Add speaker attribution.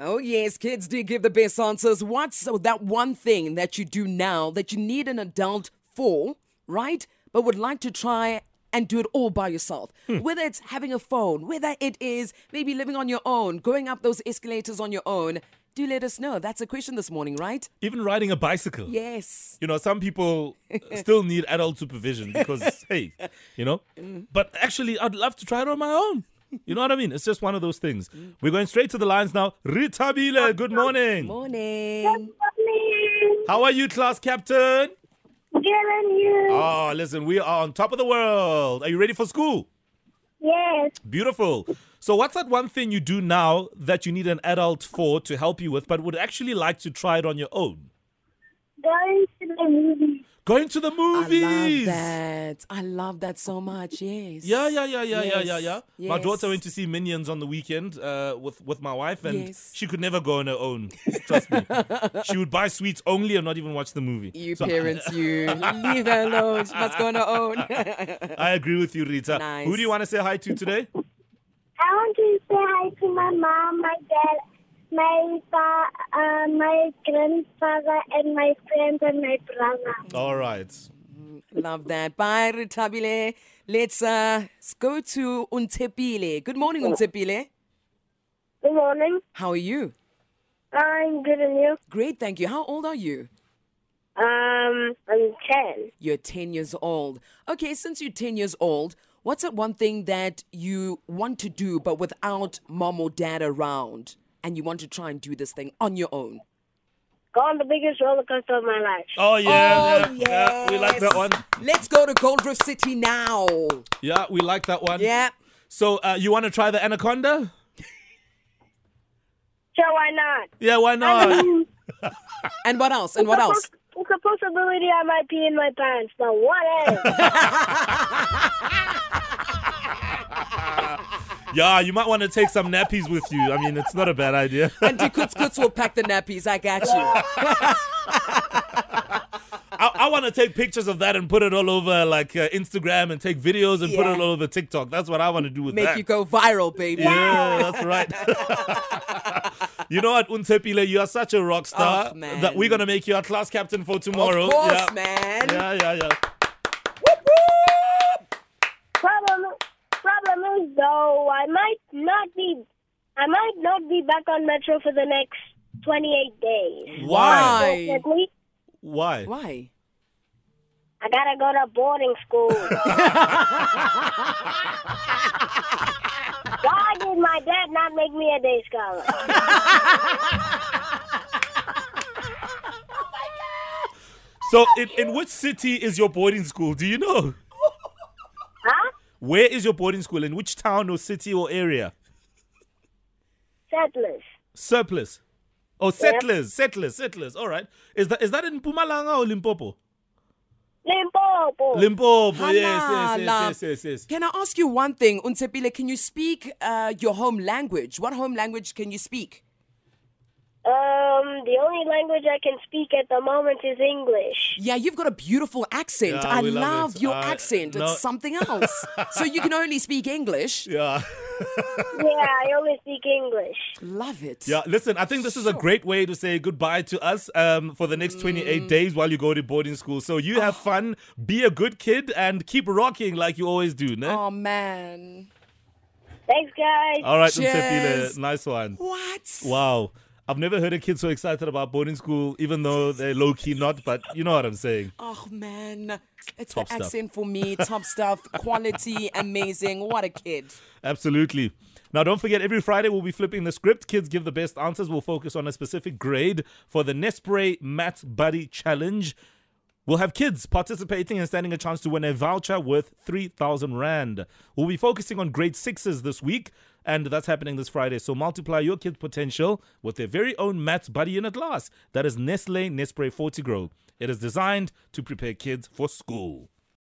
Speaker 1: Oh, yes, kids did give the best answers. What's that one thing that you do now that you need an adult for, right? But would like to try and do it all by yourself?
Speaker 2: Hmm.
Speaker 1: Whether it's having a phone, whether it is maybe living on your own, going up those escalators on your own, do let us know. That's a question this morning, right?
Speaker 2: Even riding a bicycle.
Speaker 1: Yes.
Speaker 2: You know, some people still need adult supervision because, hey, you know.
Speaker 1: Mm.
Speaker 2: But actually, I'd love to try it on my own. You know what I mean? It's just one of those things.
Speaker 1: Mm.
Speaker 2: We're going straight to the lines now. Rita Bile, good morning.
Speaker 1: Morning.
Speaker 3: Morning.
Speaker 2: How are you, class captain?
Speaker 3: Good on you.
Speaker 1: Uh.
Speaker 2: Oh, listen, we are on top of the world. Are you ready for school?
Speaker 3: Yes.
Speaker 2: Beautiful. So, what's that one thing you do now that you need an adult for to help you with, but would actually like to try it on your own?
Speaker 3: Going to the movies.
Speaker 2: Going to the movies.
Speaker 1: I love that. I love that so much. Yes.
Speaker 2: Yeah, yeah, yeah, yeah, yeah, yeah, yeah.
Speaker 1: Yes,
Speaker 2: My
Speaker 1: yes.
Speaker 2: daughter went to see Minions on the weekend uh, with with my wife, and
Speaker 1: Yes.
Speaker 2: she could never go on her own. Trust me, she would buy sweets only and not even watch the movie.
Speaker 1: You
Speaker 2: So I-
Speaker 1: parents, you leave her alone. She must go on her own.
Speaker 2: I, agree with you, Rita.
Speaker 1: Nice.
Speaker 2: Who do you want to say hi to today?
Speaker 3: I want to say hi to my mom, my dad, my fa- uh, my grandfather, and my friends and my brother.
Speaker 2: All right.
Speaker 1: Love that. Bye, Ritabile. Let's uh, s- go to Untepile. Good morning, Untepile.
Speaker 3: Good morning.
Speaker 1: How are you?
Speaker 3: I'm good and you?
Speaker 1: Great, thank you. How old are you?
Speaker 3: Um, I'm 10.
Speaker 1: You're 10 years old. Okay, since you're 10 years old, what's that one thing that you want to do but without mom or dad around? And you want to try and do this thing on your own?
Speaker 3: Go on the biggest roller coaster of my life.
Speaker 2: Oh yeah,
Speaker 1: Oh,
Speaker 2: yeah, yeah. We like
Speaker 1: yes.
Speaker 2: that one.
Speaker 1: Let's go to Gold Reef City now.
Speaker 2: Yeah, we like that one.
Speaker 1: Yeah.
Speaker 2: So uh, you want to try the anaconda?
Speaker 3: So why not?
Speaker 2: Yeah, why not?
Speaker 1: And what else? And what else?
Speaker 3: It's a possibility I might be in my pants, but whatever.
Speaker 2: yeah, you might want to take some nappies with you. I mean, it's not a bad idea.
Speaker 1: And Kuts Kuts will pack the nappies. I got you.
Speaker 2: I, I want to take pictures of that and put it all over like uh, Instagram and take videos and put
Speaker 1: Yeah.
Speaker 2: it all over TikTok. That's what I want to do with
Speaker 1: Make
Speaker 2: that.
Speaker 1: you go viral, baby.
Speaker 2: yeah, that's right. you know what, Untepile, you are such a rock star
Speaker 1: Oh, man.
Speaker 2: that we're gonna make you our class captain for tomorrow.
Speaker 1: Of course,
Speaker 2: yeah.
Speaker 1: man.
Speaker 2: Yeah, yeah, yeah.
Speaker 3: problem, problem is though, I might not be, I might not be back on Metro for the next 28 days.
Speaker 2: Why?
Speaker 1: Why?
Speaker 3: Definitely,
Speaker 2: Why?
Speaker 1: Why?
Speaker 3: I gotta go to boarding school. Why did my dad not make me a day scholar?
Speaker 2: So, in, in which city is your boarding school? Do you know?
Speaker 3: Huh?
Speaker 2: Where is your boarding school? In which town or city or area?
Speaker 3: Settlers.
Speaker 2: Surplus. Oh, settlers, settlers, settlers. All right. Is that is that in Pumalanga or Limpopo?
Speaker 1: Oh.
Speaker 3: Limpopo.
Speaker 2: Limpopo. Yes, yes,
Speaker 1: Halala.
Speaker 2: yes, yes, yes, yes.
Speaker 1: Can I ask you one thing, Unsepile? Can you speak uh, your home language? What home language can you speak?
Speaker 3: um, the only language I can speak at the moment is English.
Speaker 1: Yeah, you've got a beautiful accent.
Speaker 2: Yeah,
Speaker 1: I
Speaker 2: we
Speaker 1: love,
Speaker 2: love it.
Speaker 1: your
Speaker 2: Uh,
Speaker 1: accent.
Speaker 2: no.
Speaker 1: It's something else. so you can only speak English.
Speaker 2: Yeah.
Speaker 3: Yeah, I only speak English.
Speaker 1: Love it.
Speaker 2: Yeah, listen, I think this is a great way to say goodbye to us um, for the next
Speaker 1: Mm.
Speaker 2: 28 days while you go to boarding school. So you have
Speaker 1: Oh.
Speaker 2: fun, be a good kid, and keep rocking like you always do, ne?
Speaker 1: Oh man.
Speaker 3: Thanks, guys.
Speaker 2: All right,
Speaker 1: Cheers.
Speaker 2: Nsepile, nice one.
Speaker 1: What?
Speaker 2: Wow. I've never heard a kid so excited about boarding school, even though they're low key not, but you know what I'm saying.
Speaker 1: Oh man. It's
Speaker 2: Top
Speaker 1: the
Speaker 2: stuff.
Speaker 1: accent for me. Top stuff. Quality. Amazing. What a kid.
Speaker 2: Absolutely. Now, don't forget, every Friday we'll be flipping the script. Kids give the best answers. We'll focus on a specific grade for the Nespray Matt Buddy Challenge. We'll have kids participating and standing a chance to win a voucher worth 3,000 Rand. We'll be focusing on grade sixes this week, and that's happening this Friday. So multiply your kids' potential with their very own Matt's Buddy in a glass. That is Nestle Nespray 40 Grow. It is designed to prepare kids for school.